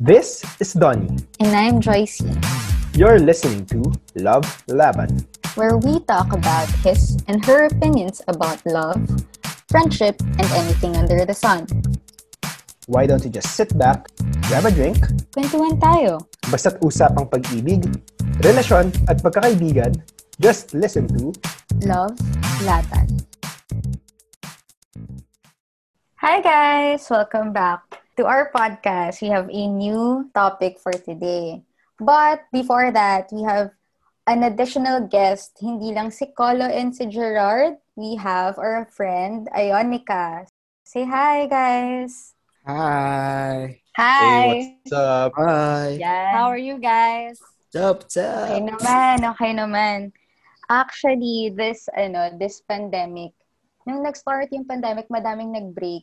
This is Donnie. And I'm Joyce, You're listening to Love Laban. where we talk about his and her opinions about love, friendship, and anything under the sun. Why don't you just sit back, grab a drink, Kwentuhan tayo. basta't usapang pag-ibig, relasyon at pagkakaibigan, just listen to Love, Latan. Hi guys! Welcome back to our podcast. We have a new topic for today. But before that, we have an additional guest. Hindi lang si Colo and si Gerard. We have our friend, Ionica. Say hi, guys! Hi. Hi! Hey, what's up? Hi. Yeah. How are you guys? What's up? What's Okay up? naman, okay naman. Actually, this, ano, this pandemic, nung nag-start yung pandemic, madaming nag-break.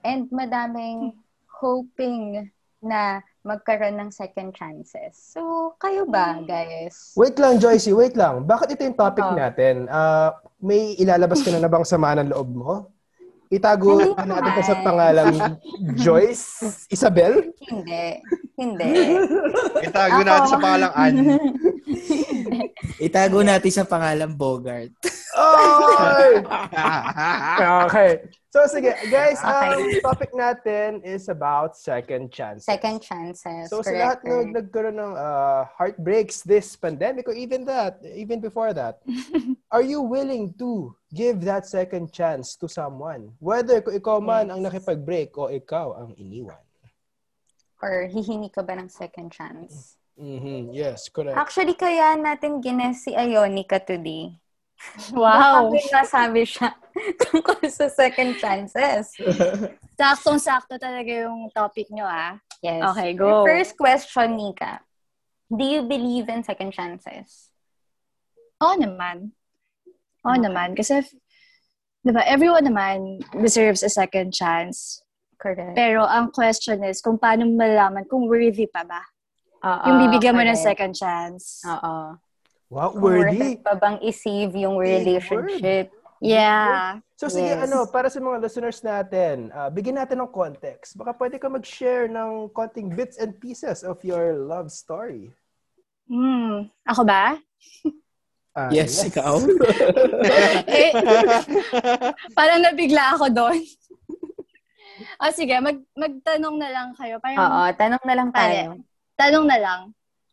And madaming hoping na magkaroon ng second chances. So, kayo ba, Hmm. guys? Wait lang, Joycey, wait lang. Bakit ito yung topic Oh. natin? Ah, may ilalabas ka na na bang sama ng loob mo? Itago Hindi pa natin to sa naman. pangalang Joyce Isabel? Hindi. Hindi. Itago Ako. natin sa pangalang An. Itago natin sa pangalan Bogart. Oh! Okay. So, sige. Guys, um, Okay. topic natin is about second chances. second chances. So, sa lahat correct. na nagkaroon ng uh, heartbreaks this pandemic or even that, even before that, are you willing to give that second chance to someone? Whether kung ikaw man ang nakipag-break o ikaw ang iniwan. Or hihingi ka ba ng second chance? Mhm. Yes, correct. Actually, kaya natin gines si Ionica today. Baka Wow! may nasabi siya tungkol sa second chances. Saktong-sakto talaga yung topic nyo, ah. Yes. Okay, go. First question, Nika. Do you believe in second chances? Oo naman. Oo Okay. naman. Kasi, f- di ba, everyone naman deserves a second chance. Correct. Pero ang question is, kung paano mo malalaman kung worthy pa ba? Ah, yung bibigyan mo ng second chance. Oo. Wow, Kung worth worthy. it pa bang i-save yung Big relationship? Yeah. So sige, Yes. ano, para sa mga listeners natin, uh, bigyan natin ng context. Baka pwede ka mag-share ng konting bits and pieces of your love story. Hmm. Ako ba? Ah, yes, ikaw. eh, parang nabigla ako doon. o sige, mag, magtanong na lang kayo. Oo, Parang tanong na lang tayo. tanong na lang.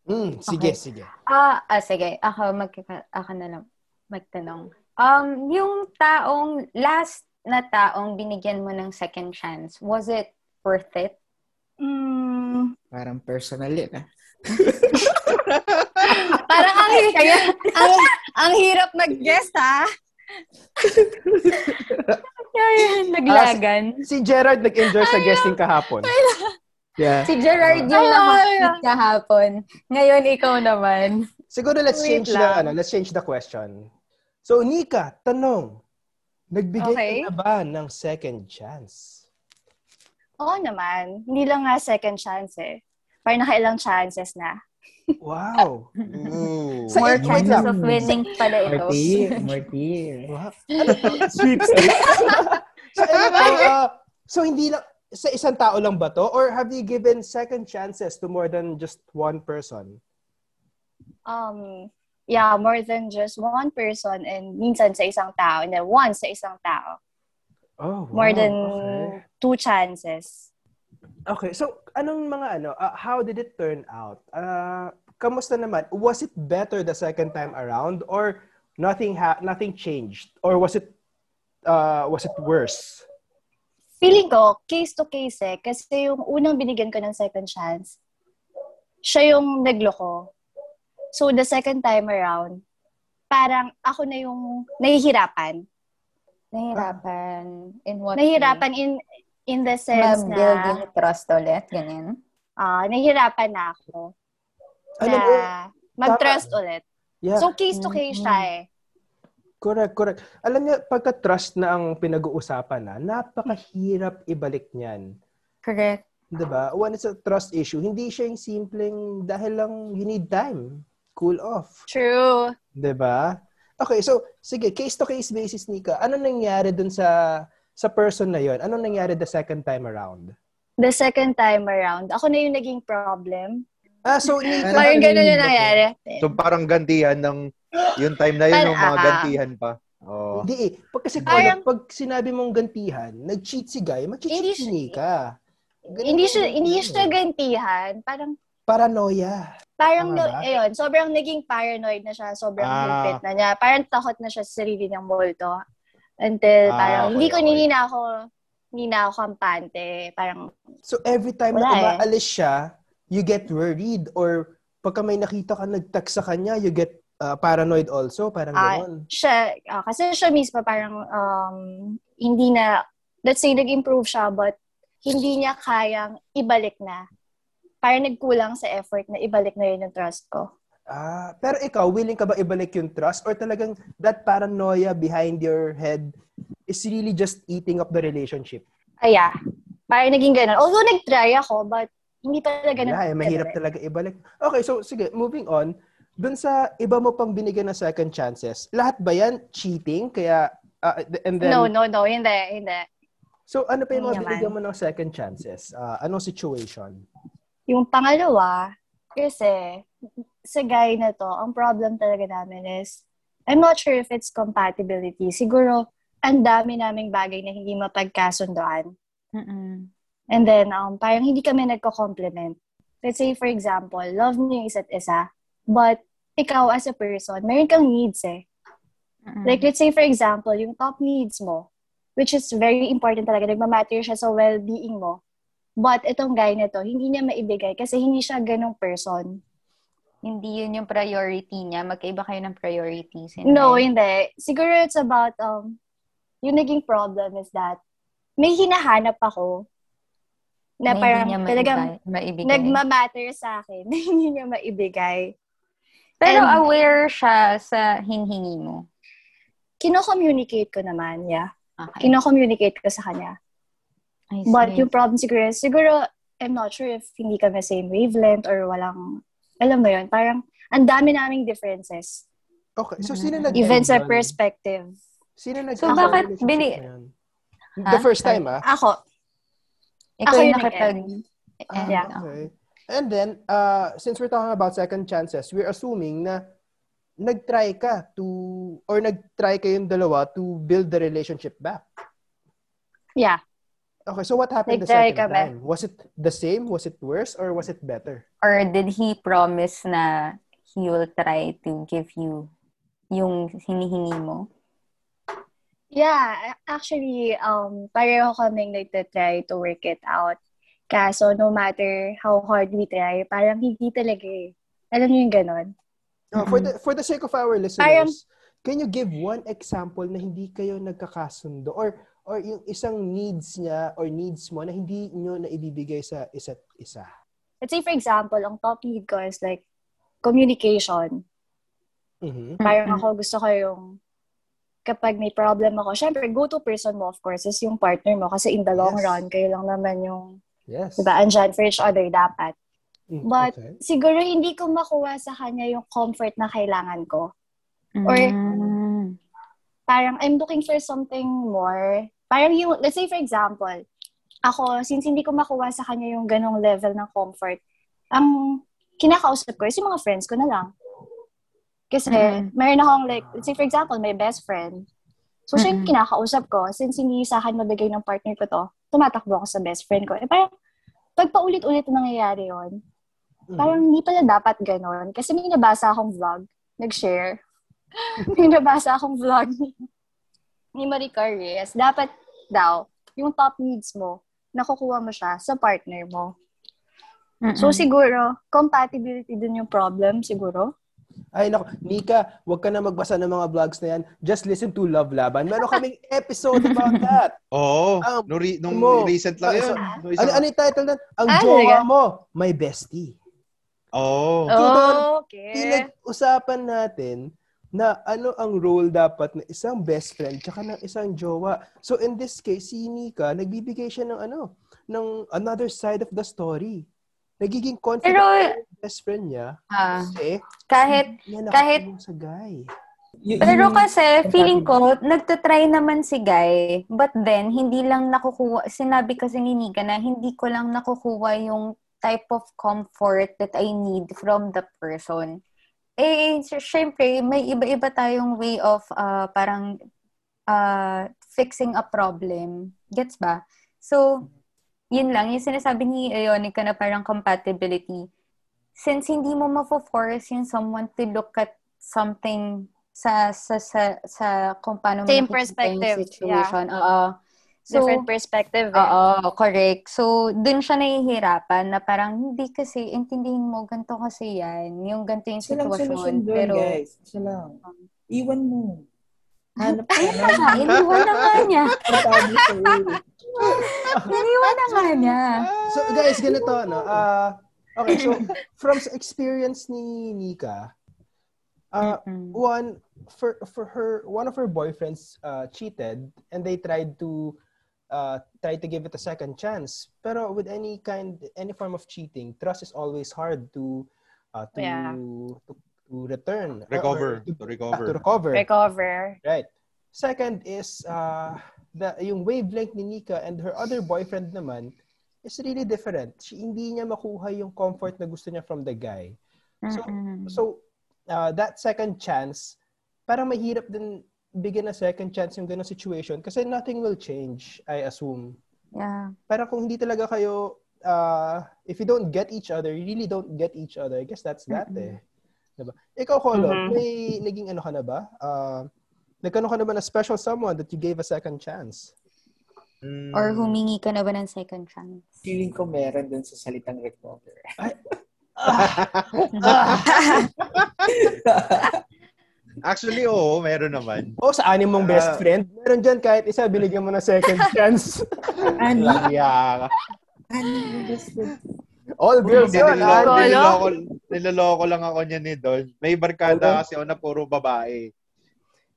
Mm, sige, Okay. sige. Ah, ah, sige. Ako, mag, ako na lang magtanong. Um, yung taong, last na taong binigyan mo ng second chance, was it worth it? Hmm. Parang personal yun, ah. Parang ang, ang, ang hirap ah. mag-guest, ha? Ayan, naglagan. Si Gerard nag-enjoy sa guesting kahapon. Yeah. si Gerard yung Ah, Ay, nahapit kahapon. Ngayon, ikaw naman. Siguro let's Wait change the lang. ano, let's change the question. So Nika, tanong. Nagbigay Okay. ka na ba ng second chance? Oo naman. Hindi lang nga second chance, eh. Parang nakailang chances na. Wow. Ooh. Sa- More wait chances lang. of winning pala ito. Martir. Martir. wow. Ano to? so, ano to, ah, so hindi lang sa isang tao lang ba to or have you given second chances to more than just one person? Um, yeah, more than just one person and minsan sa isang tao and then once sa isang tao. Oh, More than two chances. Okay, so anong mga ano, uh, how did it turn out? Uh, kamusta naman? Was it better the second time around or nothing ha- nothing changed or was it uh, was it worse? Feeling ko, case to case eh. Kasi yung unang binigyan ko ng second chance, siya yung nagloko. So, the second time around, parang ako na yung nahihirapan. Nahirapan. In what Nahihirapan in in the way? sense build yung na trust ulit. Ganyan. ah nahihirapan na ako Alam na mo, mag-trust ulit. yeah, Mm-hmm. So case to case siya eh. correct, correct. Alam niya, pagka trust na ang pinag-uusapan na, napakahirap ibalik niyan. Correct. 'Di ba? When it's a trust issue, hindi siya yung simpleng dahil lang you need time, cool off. True. 'Di ba? Okay, so sige, case to case basis Nika. Ano nangyari dun sa sa person na 'yon? Ano nangyari the second time around? the second time around, ako na yung naging problem. Ah, so, ni- Parang Parang ganun yung nalilito. nangyari. So parang gantihan ng yung time na yun, yung mga Parang- gantihan pa. Oo. Hindi eh. Pag kasi Parang- pag sinabi mong gantihan, nag-cheat si guy, Hindi mag-cheat siya- ni ka. Ganun Hindi siya, yung- hindi siya gantihan. Parang Paranoia. Parang, Tama no- ba? ayun, sobrang naging paranoid na siya, sobrang Ah. higpit na niya. Parang takot na siya sa sarili niyang multo. Ah, Until parang, okay, hindi ko, okay. hindi na ako, hindi na ako kampante. Parang, So every time Wala na eh. umaalis siya, you get worried or pagka may nakita ka nag-text sa kanya, you get uh, paranoid also, parang Ah. gano'n. siya, ah, kasi siya mismo parang, um, hindi na, let's say nag-improve siya, but hindi niya kayang ibalik na. Parang nagkulang sa effort na ibalik na yun yung trust ko. Ah, pero ikaw, willing ka ba ibalik yung trust or talagang that paranoia behind your head is really just eating up the relationship? Aya, parang naging ganun. Although nag-try ako, but hindi talaga Wala eh, mahirap talaga ibalik. Okay, so sige, moving on. Dun sa iba mo pang binigyan ng second chances, lahat ba yan cheating? Kaya, ah, and then, No, no, no, hindi, hindi. so ano pa yung mga Hindi naman. binigyan mo ng second chances? Ah, anong situation? Yung pangalawa, kasi sa guy na to, ang problem talaga namin is, I'm not sure if it's compatibility. Siguro, ang dami naming bagay na hindi mapagkasundoan. Mm-mm. And then, um, parang hindi kami nagko-complement. Let's say, for example, love niyo yung isa't isa, but ikaw as a person, meron kang needs eh. Mm-mm. Like, let's say, for example, yung top needs mo, which is very important talaga, nagmamatter siya sa well-being mo. But itong guy na to, hindi niya maibigay kasi hindi siya ganong person. hindi yun yung priority niya. Magkaiba kayo ng priorities. hindi? No, hindi. Siguro it's about, um, yung naging problem is that may hinahanap ako na hindi parang niya talagang maiba- maibigay. nagmamatter sa akin na hindi niya maibigay. Pero And- aware siya sa hinhingi mo. Kino-communicate ko naman, yeah. Okay. Kino-communicate ko sa kanya. I see. But yung problem siguro, siguro, I'm not sure if hindi kami same wavelength or walang, alam mo yun, parang ang dami naming differences. Okay, so sino Mm. nag Even sa perspective. Sino nag So, bakit bini- The Ha? first time, ah? Ako, Ikaw ako yung yung nakipag... nag-end. Eh, Ah, Yeah. Okay. And then, uh, since we're talking about second chances, we're assuming na nag-try ka to, or nag-try kayong dalawa to build the relationship back. Yeah. Okay, so what happened Nag-try the second kami. time? Was it the same? Was it worse? Or was it better? uh, Or did he promise na he will try to give you yung hinihingi mo? Yeah, a- actually, um, pareho kaming nagtatry to work it out. Kaso, no matter how hard we try, parang hindi talaga eh. Alam niyo yung ganon? Uh, for, the, for the sake of our listeners, can you give one example na hindi kayo nagkakasundo? Or, or yung isang needs niya or needs mo na hindi nyo naibibigay sa isa't isa? Let's say, for example, ang top need ko is like, communication. Mhm. Mm-hmm. Parang Mm-mm. ako gusto ko yung kapag may problem ako, syempre, go-to person mo, of course, is yung partner mo. Kasi in the long Yes. run, kayo lang naman yung, Yes. diba, andyan for each other dapat. Mm, But- okay. Siguro, hindi ko makuha sa kanya yung comfort na kailangan ko. Or- Mm. Parang, I'm looking for something more. Parang yung, let's say, for example, ako, since hindi ko makuha sa kanya yung ganong level ng comfort, ang kinakausap ko is yung mga friends ko na lang. Kasi, Mm. mayroon akong like, let's say for example, my best friend. So, siya yung kinakausap ko. Since hindi sa akin mabigay ng partner ko to, tumatakbo ako sa best friend ko. Eh, parang, pag paulit-ulit na nangyayari yon Mhm. parang hindi pala dapat ganon. Kasi may nabasa akong vlog, nag-share. may nabasa akong vlog ni, ni Marie Reyes. Dapat daw, yung top needs mo, nakukuha mo siya sa partner mo. Mm-mm. So, siguro, compatibility dun yung problem, siguro. Ay, naku. Nika, huwag ka na magbasa ng mga vlogs na yan. Just listen to Love Laban. Meron kaming episode about that. Oo. Ah, nung, re- nung mo. recent lang Ah, yun. so- Nung Ano, isang- ano yung title na? Ang Ah, jowa talaga? mo, my bestie. Oo. Oh, Eh? okay. Pinag-usapan natin na ano ang role dapat ng isang best friend tsaka ng isang jowa. So in this case, si Nika, nagbibigay siya ng ano, ng another side of the story. Nagiging confident Pero, yung best friend niya ah, kasi kahit niya kahit- nakatulong sa guy. Y- Pero yung- kasi, feeling ko, nagtatry naman si Guy, but then, hindi lang nakukuha, sinabi kasi ni Nika na hindi ko lang nakukuha yung type of comfort that I need from the person. Eh, sy- syempre, may iba-iba tayong way of ah, parang ah, fixing a problem. Gets ba? So, yun lang. Yung sinasabi ni Ionica na parang compatibility. Since hindi mo ma-force yung someone to look at something sa sa sa sa kung paano mo nakikita Same yung perspective, situation. Oo. So, Different perspective. eh. oo, correct. So, dun siya nahihirapan na parang hindi kasi intindihin mo ganito kasi yan, yung ganito yung Isa lang solusyon sitwasyon. doon, Pero Um, guys. Isa lang. Iwan mo. Ano Ano Hanap ka ayun na ng nga, iniwan na nga niya. public way. Iniwan na nga niya. So guys, ganito no. Ah, okay, so from sa experience ni Nika, ah, Mm. one for for her one of her boyfriends uh, cheated and they tried to uh, try to give it a second chance. Pero with any kind any form of cheating, trust is always hard to uh, to, Yeah. to to return or- or Recover. to, To ah, to recover. recover. Recover. Right. Second is uh, the yung wavelength ni Nika and her other boyfriend naman is really different. She, hindi niya makuha yung comfort na gusto niya from the guy. So- Mm-mm. So, uh, that second chance, parang mahirap din bigyan na second chance yung ganong situation kasi nothing will change, I assume. yeah. Parang kung hindi talaga kayo, uh, if you don't get each other, you really don't get each other. I guess that's that eh. Mm-mm. Diba? Ikaw, Colo, Mhm. may naging ano ka na ba? Uh, nagkano ka na ba na special someone that you gave a second chance? Mm. Or humingi ka na ba ng second chance? Feeling ko meron doon sa salitang recover. Actually, oo, meron naman. O sa anim mong best Ah. friend, Uh, meron dyan kahit isa, binigyan mo na second chance. Ano? Langya ka. Ano yung best friend? All girls Hindi, yun, niloloko, ah. niloloko, niloloko lang ako niya ni Don. May barkada kasi ako na puro babae.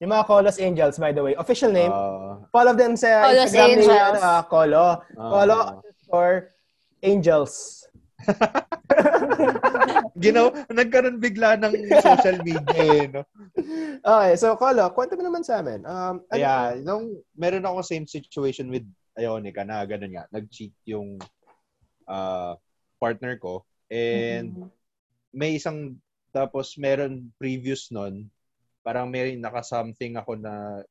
Yung mga Colos Angels, by the way. Official name. Ah, Follow them sa Colos Instagram ni Angels. ano, ah, Colo. ah. Colo underscore Angels. Ginaw, nagkaroon bigla ng social media eh, no? Okay, so Colo, kwento mo naman sa amin. Um, ano, Kaya, nung meron ako same situation with Ionica na ganun nga, nag-cheat yung ah, partner ko. And Mm-hmm. Mhm. may isang, tapos meron previous nun, parang may naka-something ako na,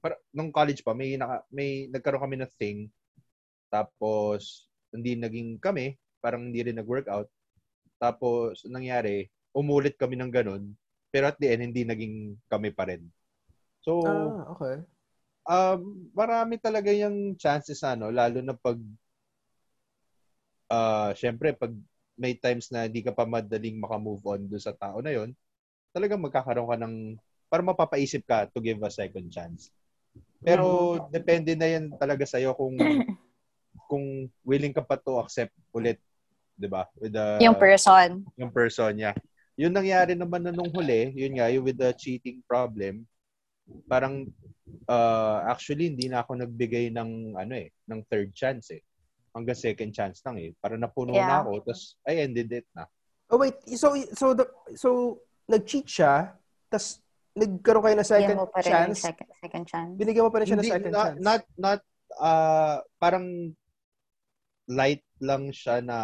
para, nung college pa, may, naka, may nagkaroon kami ng thing. Tapos, hindi naging kami, parang hindi rin nag-workout. Tapos, nangyari, umulit kami ng ganun. Pero at the end, hindi naging kami pa rin. So, ah, okay. um, marami talaga yung chances na, no? lalo na pag, ah, syempre, pag may times na hindi ka pa madaling makamove on do sa tao na yon talagang magkakaroon ka ng, para mapapaisip ka to give a second chance. Pero, depende na yan talaga sa'yo kung, kung willing ka pa to accept ulit, di ba? With the, Yung person. yung person niya. Yun nangyari naman na nung huli, yun nga, yung with the cheating problem, parang uh, actually hindi na ako nagbigay ng ano eh, ng third chance eh. Hanggang second chance lang eh. Parang napuno na Yeah. ako, tapos I ended it na. Oh wait, so so the, so nag-cheat siya, tas nagkaroon kayo na second Bigyan mo pa rin ng chance. second, second chance. Binigyan mo pa rin siya ng Hindi, second not, chance. not, not, ah, parang light lang siya na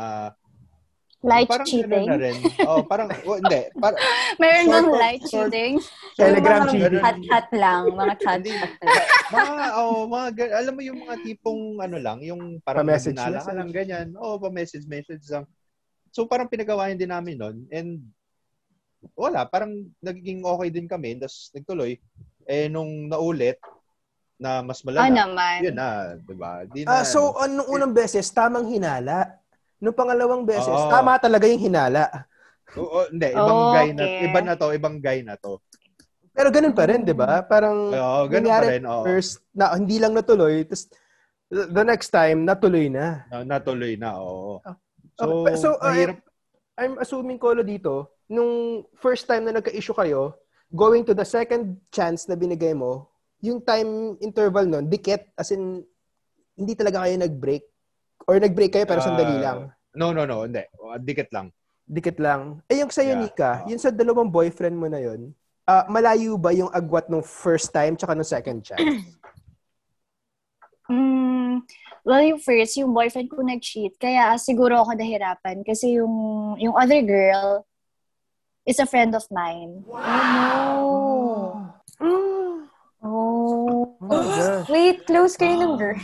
Light parang cheating. ganun na rin. Oh, parang oh, hindi, parang Meron Sort bang of- light sort- cheating? Telegram Yung cheating. mga chat-chat lang. Mga chat-chat lang. mga, oh, mga, gan- alam mo yung mga tipong, ano lang, yung parang Pa-message, nabinala ka message. lang, ganyan. Oo, oh, pa-message, message lang. So, parang pinagawain din namin nun. And, wala, parang nagiging okay din kami. Tapos, nagtuloy. Eh, nung naulit, na mas Oh, malala. Yun naman. na, di ba? Di Ah, na, so anong unang beses tamang hinala. Nung pangalawang beses, Oo. tama talaga yung hinala. Oo, hindi, ibang guy na, Okay. iba na to, ibang guy na to. Pero ganun pa Mm. rin, 'di ba? Parang Oo, ganun Nangyari pa rin. Oo, first na hindi lang natuloy tapos the next time natuloy na na, natuloy na, oo. So, Ah, Okay, so, ah, mahirap. I'm assuming Colo dito nung first time na nagka-issue kayo going to the second chance na binigay mo yung time interval nun dikit as in hindi talaga kayo nag-break or nag-break kayo pero Ah, sandali lang No, no, no, hindi. Dikit lang. dikit lang eh yung sa'yo yeah. Nika yung sa dalawang boyfriend mo na yun ah, malayo ba yung agwat nung first time tsaka nung second chance? Mm, well, yung first, yung boyfriend ko nag-cheat. Kaya siguro ako nahirapan. Kasi yung, yung other girl is a friend of mine. Oh, no. Oh Oh. my gosh. Wait, close kayo ng girl.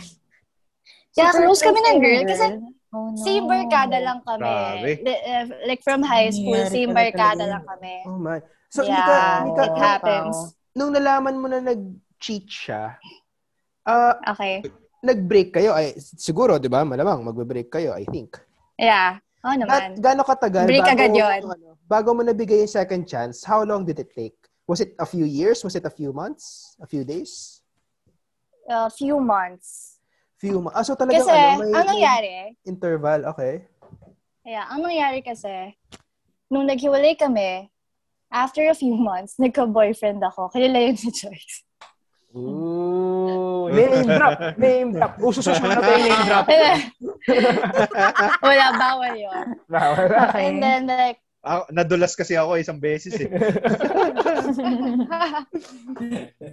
Super Kaya Ah. close kami ng kayo girl. Kasi oh, no. same barkada lang kami. Grabe. Li- uh, like from high school, Nangyayari same pala barkada talaga lang kami. Oh my. So, ah, hindi ka, yeah, hindi ka, it happens. nung nalaman mo na nag-cheat siya, ah, Okay. nag-break kayo. Ay, siguro, di ba? Malamang, magbe-break kayo, I think. Yeah. Oo At naman. gaano katagal? Break agad yun. ano, bago mo nabigay yung second chance, how long did it take? Was it a few years? Was it a few months? A few days? A few months. Few months. Ah, so talagang Kasi, ano, may, ang may nangyari, interval. Okay. yeah, ang nangyari kasi, nung naghiwalay kami, after a few months, nagka-boyfriend ako. Kilala yun ni Joyce. Ooh, name drop. Name drop. Oh, Uso sa show na ba yung name drop? Wala, bawal yun. Bawal. Okay. And then, like, Ah, nadulas kasi ako isang beses eh.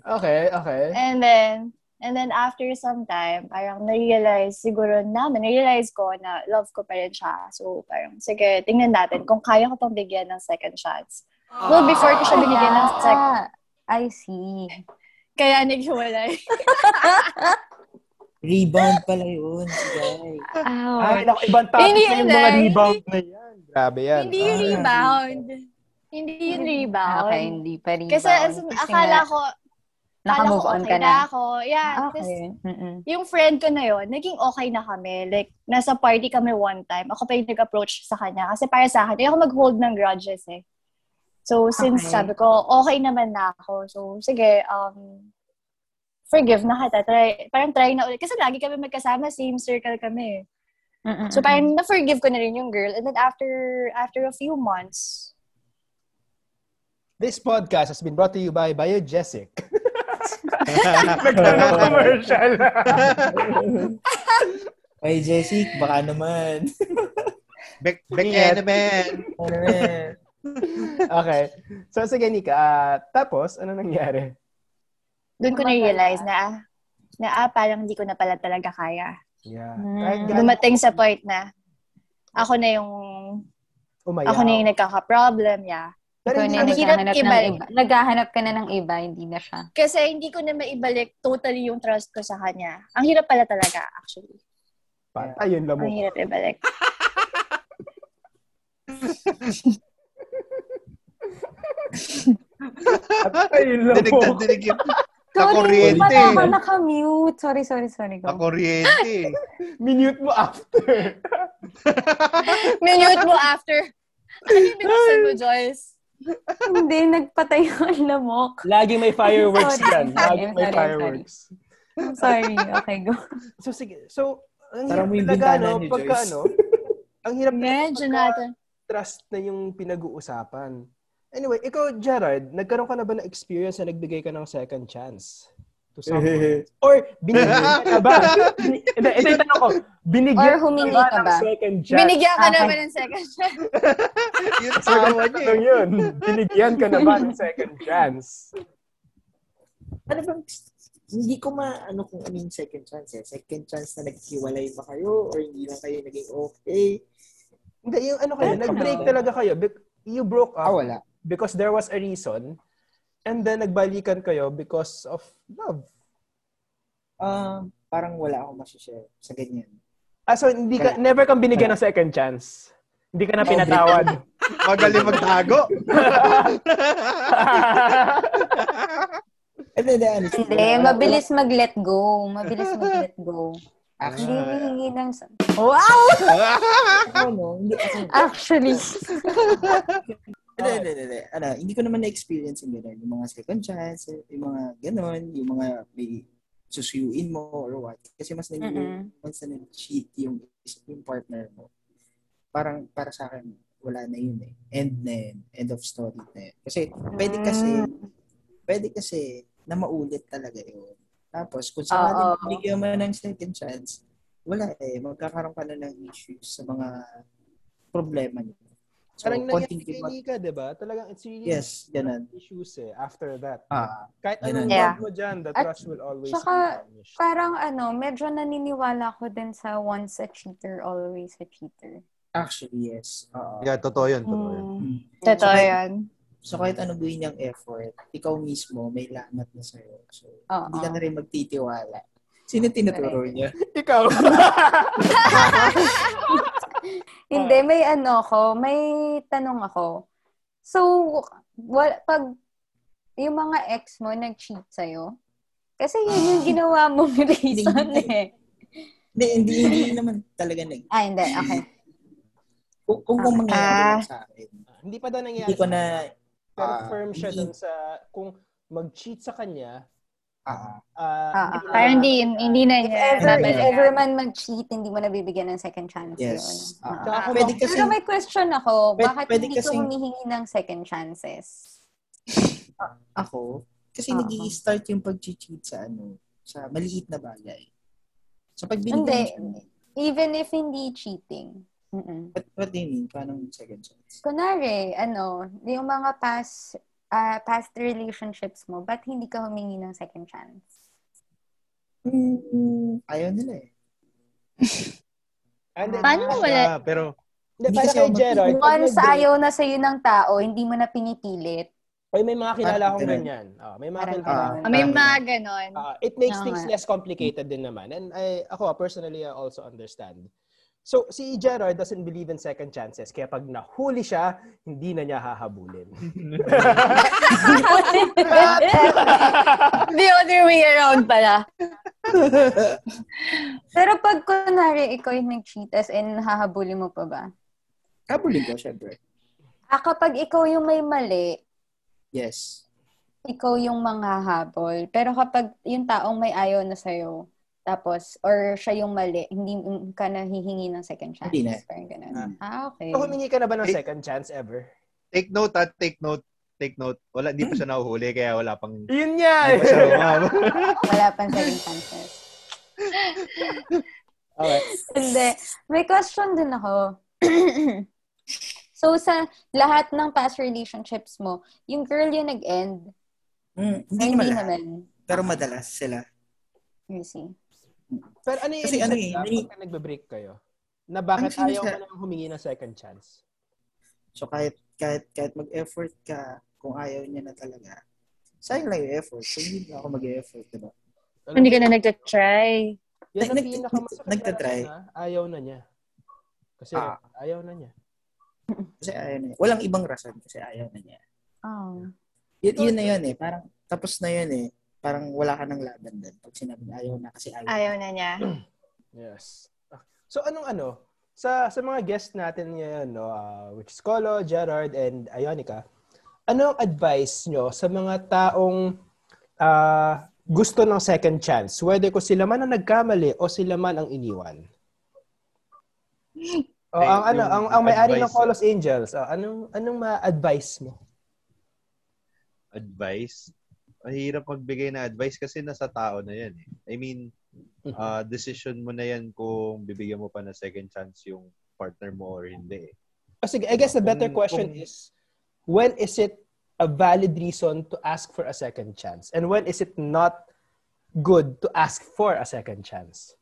okay, okay. and then, and then after some time, parang narealize, siguro namin, narealize ko na love ko pa rin siya. So, parang, sige, tingnan natin kung kaya ko pang bigyan ng second chance. Ah. Well, before ko siya binigyan ng second, Ah, I see. kaya naghiwalay. Rebound pala yun. Sige. Ah, Ay, naku, ibang topic Oh Hindi, eh. na yung mga hindi. rebound na yan. Grabe yan. Hindi yung Ah. rebound. Hindi yung rebound. Ah, okay, hindi pa rin. Kasi as in, akala ko, akala ko naka-move on okay ka na. na. Ah, ako. Yeah, tas Okay. Mm-mm. yung friend ko na yon naging okay na kami. Like, nasa party kami one time. Ako pa yung nag-approach sa kanya. Kasi para sa akin, ayoko mag-hold ng grudges eh. So, since Okay. sabi ko, okay naman na ako. So, sige, um, forgive na kita. Try, parang try na ulit. Kasi lagi kami magkasama, same circle kami eh. Mm-mm. So parang na-forgive ko na rin yung girl. And then after after a few months, This podcast has been brought to you by Biogesic. Nagtanong commercial. Kay Jessic, baka naman. Back, back Ingat. element. Ano eh. okay. So, sige, Nika. ah, tapos, ano nangyari? doon ko Kumbaga, na-realize na, ah, na ah, parang hindi ko na pala talaga kaya. Yeah. Hmm. Kahit gaano- Dumating sa point na ako na yung umayaw. ako na yung nagkaka-problem, yeah. Pero Ikaw hindi na naman- yung hirap naghahanap ng ibalik. iba. Naghahanap ka na ng iba, hindi na siya. Kasi hindi ko na maibalik totally yung trust ko sa kanya. Ang hirap pala talaga, actually. Patayin lang mo. Ang Ano? hirap ibalik. Patayin lang Dinig mo. na dinig yung Sorry, Nakuryente. pala ako naka-mute. Sorry, sorry, sorry. Go. pakuryente. Minute mo after. Minute mo after. Ano yung binuksan mo, Joyce? Hindi, nagpatay yung alamok. Laging may fireworks Sorry. yan. Laging may Sorry, sorry. fireworks. I'm sorry. Okay, go. So, sige. So, ang hirap Parang may talaga, bintana no? ni Pagka, Joyce. ano? Ang hirap talaga Medyo pagka- natin. trust na yung pinag-uusapan. Anyway, ikaw, Gerard, nagkaroon ka na ba ng experience na nagbigay ka ng second chance? To someone? Or binigyan ka na ba? Bin- Hindi, ito yung tanong ko. Binigyan Or humingi ka ng ba? second chance? Binigyan ka Ah, Okay. naman ng second chance. Yung tawa niya Tanong eh. Ano yun. Binigyan ka na ba ng second chance? Ano bang, hindi ko maano kung ano yung second chance eh. Second chance na nagkiwalay ba kayo or hindi lang kayo naging okay. Hindi, yung ano kayo, Ano? nag-break talaga kayo. Bec- You broke Ah, up wala. because there was a reason and then nagbalikan kayo because of love. Um, parang wala akong masishare sa ganyan. Ah, so hindi ka, never kang binigyan ng second chance. Hindi ka na pinatawad. Magaling magtago. And then, ano, Hindi, mabilis mag-let go. Mabilis mag-let go. Hindi Actually, Ah. hihingi ng... Wow! ako, Ano, no? Hindi ako. Ah, Actually. Hindi, hindi, hindi, hindi. Ano, hindi ko naman na-experience yung gano'n. Yung mga second chance, yung mga gano'n, yung mga may susuyuin mo or what. Kasi mas nag Mm-mm. once na nag-cheat yung, yung partner mo, parang para sa akin, wala na yun eh. End na yun. End of story na yun. Kasi, pwede kasi, pwede kasi na maulit talaga yun. Tapos, kung Oo. sakaling bigyan mo ng second chance, wala eh. Magkakaroon ka na ng issues sa mga problema niyo. So, Parang nangyari konting kay liwat. Nika, di ba? Talagang it's really Yes, ganun. issues eh after that. Ah, Kahit Ganun. anong Yeah. love mo dyan, the At trust will always be tsaka- diminished. Parang ano, medyo naniniwala ko din sa once a cheater, always a cheater. actually, yes. Oo. Yeah, totoo yun. Totoo yun. Mm. Mm. Totoo Kahit- yan. So, kahit anong gawin niyang effort, ikaw mismo may lanat na sa'yo. So, Oo. hindi ka na rin magtitiwala. Sino tinuturo Correct. niya? Ikaw. Hindi, may ano ko, may tanong ako. So, wal, pag yung mga ex mo nag-cheat sa'yo, kasi yun Ah. yung ginawa mong reason eh. Hindi, hindi, hindi naman talaga nag... Ah, hindi. Okay. Kung, kung, kung mangyayari Ah. lang sa akin, Hindi pa daw nangyari. hindi ko na... Pero ah, firm siya hindi- dun sa, kung mag-cheat sa kanya, ah, ah, Ah, hindi ko na- Parang hindi, hindi na If niya. ever, if babalikan. ever man mag-cheat, hindi mo nabibigyan ng second chance. yes. yun. Ah, Tsaka kung pwede mag- kasi... Pero may question ako, Pwede- bakit pwede hindi kasing- ko humihingi ng second chances? ako, kasi Oo. nag-i-start yung pag-cheat sa ano, sa maliit na bagay. So, pag binigyan Hindi. siya, Even if hindi cheating. Mm-mm. what, what do you mean? Paano yung second chance? Kunwari, ano, yung mga past ah, past relationships mo, ba't hindi ka humingi ng second chance? Mm, ayaw nila eh. Ah, hindi. Paano mo wala? Ah, pero Hindi, Hindi para kasi kay ako Gerald, pag Once nag-break- ano ayaw na sa'yo ng tao, hindi mo na pinipilit. Ay, may mga kilala Parang akong ganun. ganyan. Ah, may mga Parang kilala ganun. akong Ah, May Tama. mga ganon. Ah, it makes Oo things nga. less complicated din naman. And I, ako, personally, I also understand. So, si Gerard doesn't believe in second chances. Kaya pag nahuli siya, hindi na niya hahabulin. The other way around pala. Pero pag kunwari, ikaw yung nag-cheat as in hahabulin mo pa ba? Kabulin ko, syempre. Ah, kapag ikaw yung may mali, Yes. ikaw yung manghahabol. Pero kapag yung taong may ayaw na sa'yo, tapos, or siya yung mali, hindi m- ka na hihingi ng second chance. Hindi na. Parang ganun. Ah. Ah, okay. So, humingi ka na ba ng Eh. second chance ever? take note ah, take note, take note. Wala, di pa siya nahuhuli kaya wala pang Yun niya! eh. di pa siya lumaban. Wala pang second chances. okay. Hindi. May question din ako. so, sa lahat ng past relationships mo, yung girl yung nag-end, Mm, hindi ay, naman hindi lahat. naman. Pero madalas sila. You see. Pero ano yung Kasi reason ano eh, ba nani- pagka nagbe-break kayo? Na bakit Ano ayaw mo siya- nang humingi ng second chance? So, kahit, kahit, kahit mag-effort ka, kung ayaw niya na talaga, sayang lang yung effort. So, hindi na ako mag-effort, diba? Alam Hindi mo, ka na nagtatry. Yan ang Nag- nag- pinakamasakit nagtatry. na rason, ha? Ayaw na niya. Kasi Ah. ayaw na niya. Kasi ayaw na niya. Walang ibang rason kasi ayaw na niya. Oh. Y- yun na yun eh. Parang, tapos na yun eh. Parang wala ka ng laban doon. Pag sinabi na ayaw na kasi ayaw. Ayaw na niya. Yes. Ah, So anong ano sa sa mga guest natin ngayon no, ah, which is Colo, Gerard and Ionica, anong advice nyo sa mga taong ah, gusto ng second chance? Whether ko sila man ang nagkamali o sila man ang iniwan. O Ay, ang ano, yung ang, ang may-ari ng advice- Colos Angels, ah, anong anong ma-advise mo? advice. Mahirap magbigay na advice kasi nasa tao na yan. Eh. I mean, uh, decision mo na yan kung bibigyan mo pa na second chance yung partner mo or hindi. eh. Oh, sige, I guess the better Kung- question kung- is when is it a valid reason to ask for a second chance and when is it not good to ask for a second chance?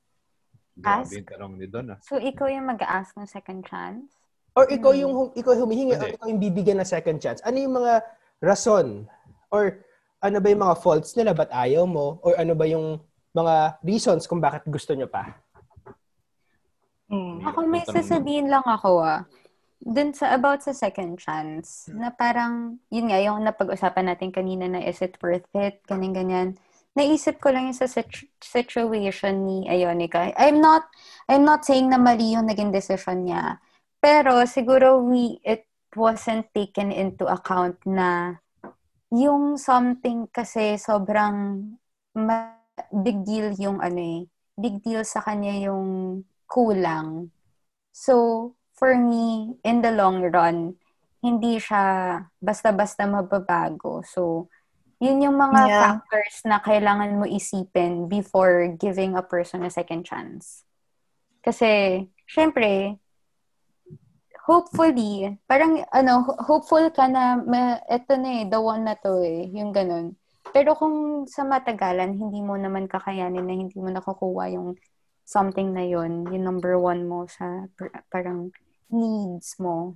Grabe Ask. yung tanong ni Don. Ah. So, ikaw yung mag-ask ng second chance? Or ikaw yung hum- ikaw yung humihingi or Hmm. Hindi. ikaw yung bibigyan ng second chance. Ano yung mga rason or ano ba yung mga faults nila ba't ayaw mo or ano ba yung mga reasons kung bakit gusto nyo pa? Mm. Hirap Ako may yung tanong nun. sasabihin lang ako ah. Dun sa about sa second chance, na parang, yun nga, yung napag-usapan natin kanina na is it worth it, ganyan-ganyan. Naisip ko lang yung sa situ- situation ni Ionica. I'm not, I'm not saying na mali yung naging decision niya. Pero siguro we, it wasn't taken into account na yung something kasi sobrang ma- big deal yung ano eh. Big deal sa kanya yung kulang. So, for me, in the long run, hindi siya basta-basta mababago. So, yun yung mga Yeah. factors na kailangan mo isipin before giving a person a second chance. Kasi, syempre, hopefully, parang ano, ho- hopeful ka na, ma, eto na eh, the one na to eh, yung ganun. Pero kung sa matagalan, hindi mo naman kakayanin na hindi mo nakukuha yung something na yon yung number one mo sa par- parang needs mo,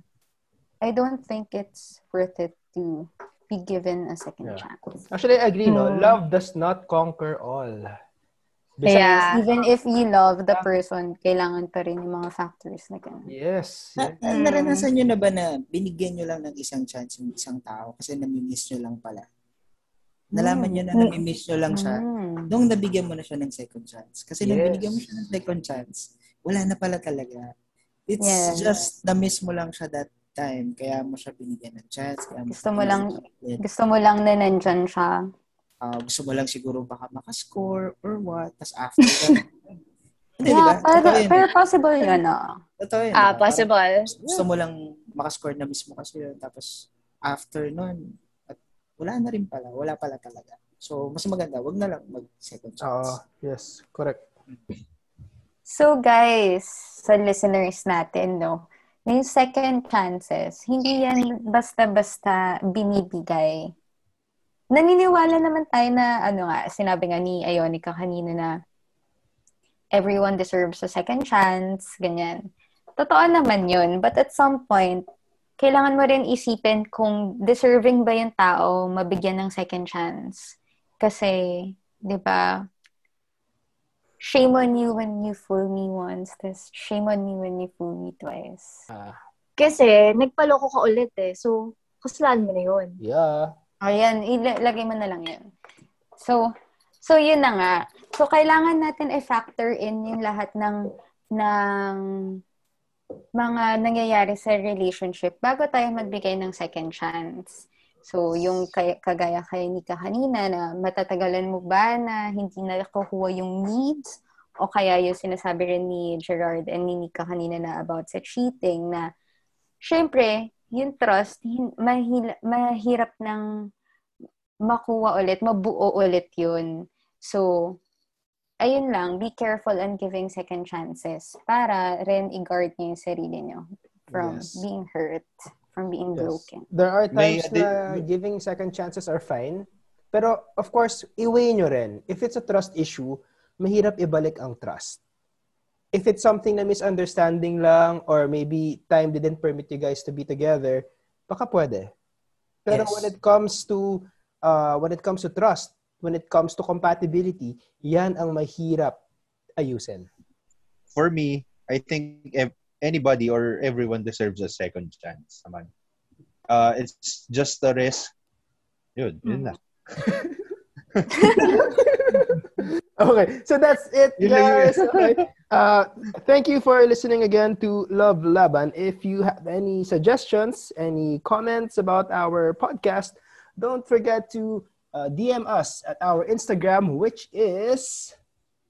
I don't think it's worth it to be given a second Yeah. chance. Actually, I agree, no? Hmm. Love does not conquer all. Yeah. Even if you love the person, kailangan pa rin yung mga factors na ganun. Yes. Mm. Eh. Na, yes. na- naranasan nyo na ba na binigyan nyo lang ng isang chance yung isang tao kasi nami-miss nyo lang pala? Nalaman nyo na Mm. nami-miss nyo lang siya Mm. nung nabigyan mo na siya ng second chance. Kasi nung Yes. binigyan mo siya ng second chance, wala na pala talaga. It's Yes. just na-miss mo lang siya that time. Kaya mo siya binigyan ng chance. Kaya Gusto siya mo lang- binigyan. Gusto mo lang na nandyan siya. Ah, gusto mo lang siguro baka makascore or what. Tapos after that. Hindi, di ba? Yeah, pero, Totoo yun. eh. pero possible yun, ah. Totoo yun, Ah, di ba? Parang- possible. gusto mo lang makascore na mismo kasi yun. Tapos, after nun, at wala na rin pala. Wala pala talaga. So, mas maganda, wag na lang Oo. mag-second chance. Yes. Correct. So guys, sa listeners natin, no, na yung second chances, hindi yan basta-basta binibigay. Naniniwala naman tayo na, ano nga, sinabi nga ni Ionica kanina na everyone deserves a second chance, ganyan. Totoo naman yun, but at some point, kailangan mo rin isipin kung deserving ba yung tao mabigyan ng second chance. Kasi, di ba, Shame on you when you fool me once. This shame on me when you fool me twice. Kasi, nagpaloko ka ulit eh. So, kasalanan mo na yun. Yeah. Ayan, ilagay mo na lang yun. So, so yun na nga. So, kailangan natin i-factor in yung lahat ng, ng mga nangyayari sa relationship bago tayo magbigay ng second chance. So, yung kay, kagaya kay Nika kanina na matatagalan mo ba na hindi na kukuha yung needs o kaya yung sinasabi rin ni Gerard and ni Nika kanina na about sa cheating na syempre, yung trust, hin- mahila- mahirap ng makuha ulit, mabuo ulit yun. So, ayun lang, be careful on giving second chances para rin i-guard niyo yung sarili niyo from Yes. being hurt, from being Yes. broken. There are May- times na giving second chances are fine. Pero, of course, iweigh nyo rin. If it's a trust issue, mahirap ibalik ang trust. If it's something na misunderstanding lang or maybe time didn't permit you guys to be together, baka pwede. Pero Yes. when it comes to uh, when it comes to trust, when it comes to compatibility, yan ang mahirap ayusin. For me, I think ev- anybody or everyone deserves a second chance naman. Uh, it's just a risk. Yun, yun Hmm. na. Okay, so that's it, Yun lang yun. guys. Okay. Uh, thank you for listening again to Love Laban. If you have any suggestions, any comments about our podcast, don't forget to uh, DM us at our Instagram, which is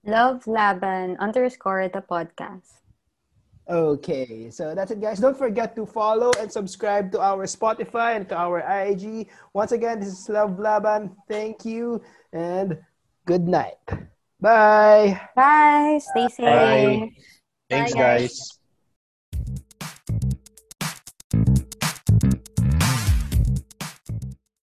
Love Laban underscore the podcast. okay. So that's it, guys. Don't forget to follow and subscribe to our Spotify and to our IG. Once again, this is Love Laban. Thank you and good night. Bye. Bye! Stay safe! Bye. Bye, Thanks, guys. guys.